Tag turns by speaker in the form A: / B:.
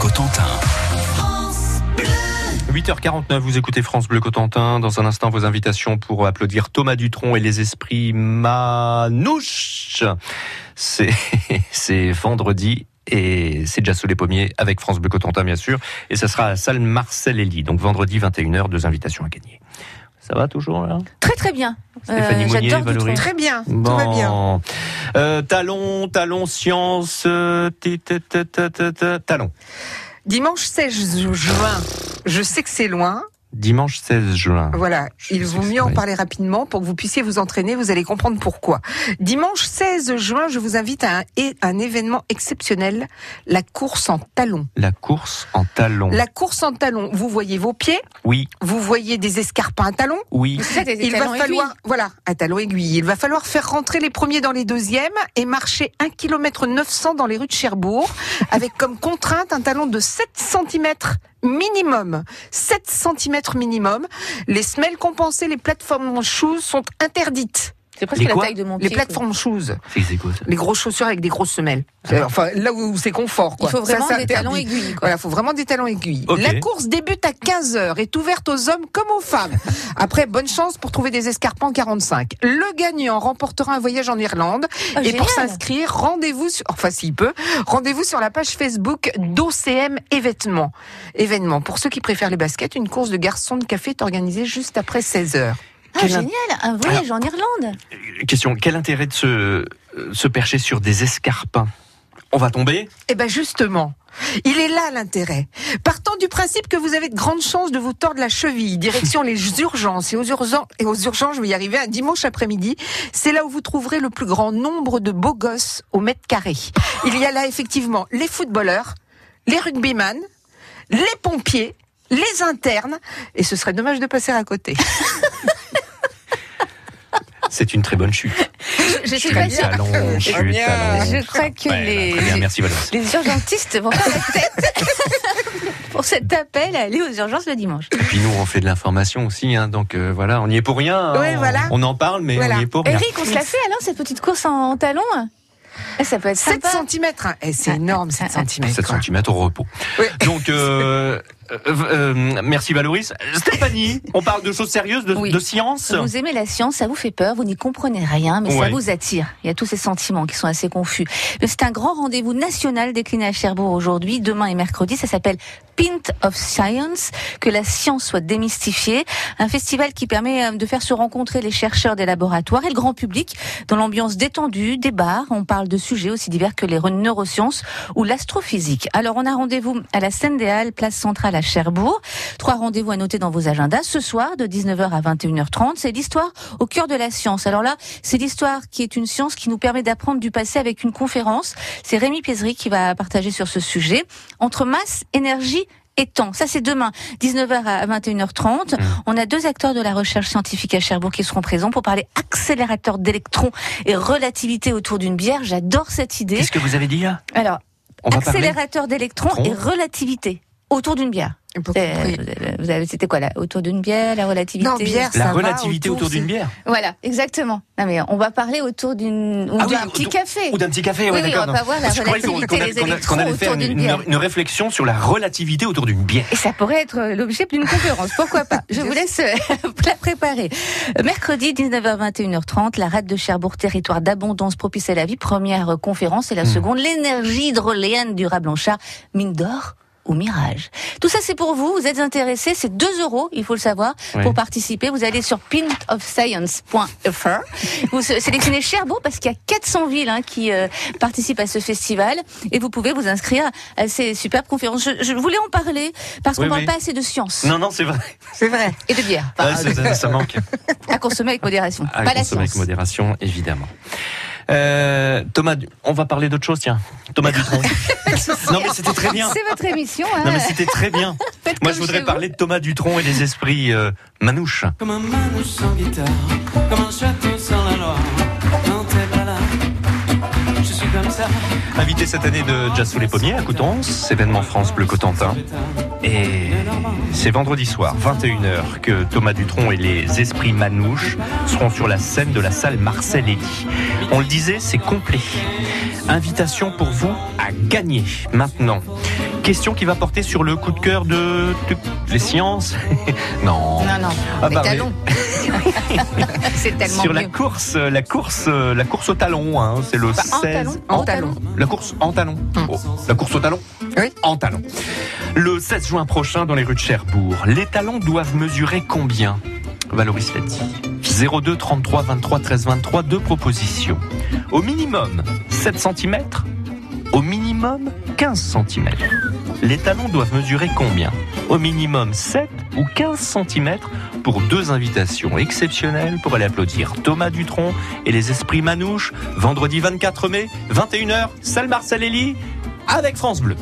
A: Cotentin.
B: 8h49, vous écoutez France Bleu Cotentin. Dans un instant, vos invitations pour applaudir Thomas Dutronc et les esprits manouches. C'est, c'est vendredi et c'est déjà sous les pommiers avec France Bleu Cotentin, bien sûr. Et ça sera à la salle Marcel Elie. Donc vendredi 21h, deux invitations à gagner. Ça va toujours là
C: Très très bien. Euh,
B: Stéphanie Mounier,
C: J'adore
B: Valérie.
C: Dutronc.
D: Très bien, tout
B: Bon.
D: va bien.
B: Euh, talons, talons, science, euh, ti- ti- ti- ti- ti- ti- talons.
D: Dimanche 16 ju- juin. Je sais que c'est loin.
B: Dimanche 16 juin.
D: Voilà,
B: Je
D: il
B: sais
D: vaut
B: que
D: mieux
B: c'est
D: en
B: vrai.
D: parler rapidement pour que vous puissiez vous entraîner. Vous allez comprendre pourquoi. Dimanche 16 juin, je vous invite à un, et un événement exceptionnel la course en talons.
B: La course en talons.
D: La course en talons. Vous voyez vos pieds,
B: Oui,
D: vous voyez des escarpins à talons.
B: oui.
C: C'est ça, des
D: Il va
C: talents
D: falloir,
C: aiguilles.
D: voilà, un talon aiguille. Il va falloir faire rentrer les premiers dans les deuxièmes et marcher 1 km 900 dans les rues de Cherbourg avec comme contrainte un talon de 7 cm minimum. 7 cm minimum. Les semelles compensées, les plateformes shoes sont interdites.
C: C'est presque
B: Les
C: la
B: quoi
C: taille de mon
D: Les
C: pied,
D: plateformes shoes,
B: C'est c'est quoi ça
D: les grosses chaussures avec des grosses semelles. Euh, Enfin, là où c'est confort,
C: quoi. Il
D: quoi.
C: faut
D: Ça,
C: vraiment
D: c'est
C: des
D: interdit.
C: talons aiguilles. Quoi.
D: Voilà, faut vraiment des talons aiguilles.
B: Ok.
D: La course débute à 15h, est ouverte aux hommes comme aux femmes. Après, bonne chance pour trouver des escarpins 45. Le gagnant remportera un voyage en Irlande.
C: Oh,
D: et pour
C: génial.
D: s'inscrire, rendez-vous, sur, enfin s'il peut, rendez-vous sur la page Facebook d'OCM événements. Événements. Pour ceux qui préfèrent les baskets, une course de garçons de café est organisée juste après 16h.
C: Ah,
B: Quel-
C: génial, un voyage en Irlande.
B: Question, quel intérêt de se, euh, se percher sur des escarpins On va tomber
D: Eh ben justement, il est là l'intérêt. Partant du principe que vous avez de grandes chances de vous tordre la cheville, direction les urgences et aux urgences et aux urgences, je vais y arriver un dimanche après-midi. C'est là où vous trouverez le plus grand nombre de beaux gosses au mètre carré. Il y a là effectivement les footballeurs, les rugbyman, les pompiers, les internes, et ce serait dommage de passer à côté.
B: C'est une très bonne chute.
C: Je suis
B: Chute,
C: pas sûre.
B: talon, chute,
D: bien.
B: talon.
C: Je crois que
B: Ouais,
C: les-
B: Très bien, merci Valérie.
C: Les urgentistes vont faire la tête pour cet appel à aller aux urgences le dimanche.
B: Et puis nous, on fait de l'information aussi, hein, donc euh, voilà, on n'y est pour rien. hein,
D: Ouais,
B: on-
D: voilà.
B: On en parle, mais
D: Voilà.
B: on n'y est pour rien.
C: Eric, on se la fait alors cette petite course en, en talons Eh, Ça peut être
D: 7
C: sympa.
D: cm, hein. Eh,
C: Ah,
D: c'est énorme 7 cm.
B: 7 cm au repos.
D: Oui.
B: Donc, euh, euh, euh, merci Valoris. Stéphanie, on parle de choses sérieuses, de,
C: Oui.
B: de science.
C: Vous aimez la science, ça vous fait peur, vous n'y comprenez rien, hein, mais ça
B: Ouais.
C: vous attire. Il y a tous ces sentiments qui sont assez confus. Mais c'est un grand rendez-vous national décliné à Cherbourg aujourd'hui, demain et mercredi. Ça s'appelle Pint of Science, que la science soit démystifiée. Un festival qui permet euh, de faire se rencontrer les chercheurs des laboratoires et le grand public dans l'ambiance détendue, des bars. On parle de sujets aussi divers que les re- neurosciences ou l'astrophysique. Alors, on a rendez-vous à la Seine des Halles, place centrale à Cherbourg. Trois rendez-vous à noter dans vos agendas. Ce soir, de 19h à 21h30, c'est l'histoire au cœur de la science. Alors là, c'est l'histoire qui est une science qui nous permet d'apprendre du passé avec une conférence. C'est Rémi Piezry qui va partager sur ce sujet. Entre masse, énergie, et temps. Ça, c'est demain, 19h à 21h30.
B: Mmh.
C: On a deux acteurs de la recherche scientifique à Cherbourg qui seront présents pour parler accélérateur d'électrons et relativité autour d'une bière. J'adore cette idée.
B: Qu'est-ce que vous avez dit là
C: Alors,
B: On va parler
C: accélérateur d'électrons
B: Tronc.
C: et relativité autour d'une bière.
D: Et pour-
C: Euh, vous avez- vous avez- C'était quoi là Autour d'une bière, la relativité
D: Non, bière,
B: la
D: ça va,
B: relativité autour, d'une
D: c'est-
B: bière
C: Voilà, exactement. Non mais on va parler autour d'une ou
B: Ah oui,
C: d'un
B: autour-
C: petit café.
B: ou d'un petit café. ouais,
C: Oui, oui,
B: d'accord,
C: on va
B: non.
C: voir la
B: Parce que je croyais qu'on-
C: relativité,
B: qu'on allait-
C: les
B: qu'on allait-
C: électrons
B: qu'on allait faire
C: autour d'une
B: une-
C: bière.
B: une réflexion sur la relativité autour d'une bière.
C: Et ça pourrait être l'objet d'une conférence, pourquoi pas Je vous laisse euh, la préparer. Mercredi 19h-21h30, la rade de Cherbourg, territoire d'abondance propice à la vie, première euh, conférence et
B: Hmm.
C: la seconde, l'énergie hydroléenne du Rablanchard, mine d'or ou mirage. Tout ça c'est pour vous, vous êtes intéressés, c'est 2 euros, il faut le savoir,
B: Oui.
C: pour participer. Vous allez sur pintofscience.fr, vous sé- sélectionnez Cherbourg parce qu'il y a 400 villes hein, qui euh, participent à ce festival et vous pouvez vous inscrire à ces superbes conférences. Je, je voulais en parler parce qu'on
B: Oui,
C: parle
B: oui.
C: pas assez de science
B: Non, non, c'est vrai.
D: C'est vrai.
C: et de bière.
B: Ouais, ça, ça- ça manque.
C: À consommer avec modération.
B: Euh, À
C: Ah, pas la
B: consommer avec
C: science.
B: modération, évidemment. Euh, Thomas, Du- on va parler d'autre chose, tiens. Thomas Dutronc. non, mais c'était très bien.
C: C'est votre émission. Hein.
B: Non, mais c'était très bien.
C: Faites
B: Moi,
C: comme
B: je
C: chez
B: voudrais
C: vous.
B: parler de Thomas Dutronc et des esprits euh, manouches.
E: Comme un manouche sans guitare, comme un château sans la loi. Quand t'es pas là, je suis comme ça.
B: Invité cette année de Jazz sous les pommiers à Coutances, événement France Bleu Cotentin. Et c'est vendredi soir, 21h, que Thomas Dutronc et les esprits manouches seront sur la scène de la salle Marcel Eddy. On le disait, c'est complet. Invitation pour vous à gagner maintenant. Question qui va porter sur le coup de cœur de les sciences. non.
C: Non, non.
B: Ah
C: les
B: bah oui.
C: talons. c'est tellement
B: sur la
C: mieux.
B: course, euh, la course, euh, la course au talon. hein, c'est le
C: En
B: 16.
C: talon,
B: en-
C: en talon.
B: La course en talon. Oh, la course au talon
D: Oui.
B: En talon. Le 16 juin prochain, dans les rues de Cherbourg, les talons doivent mesurer combien Valoris l'a dit. 02 33 23 13 23, deux propositions. Au minimum 7 cm, au minimum 15 cm. Les talons doivent mesurer combien Au minimum 7 ou 15 cm pour deux invitations exceptionnelles pour aller applaudir Thomas Dutronc et les esprits manouches vendredi 24 mai, 21h, salle Marcelelli, avec France Bleu.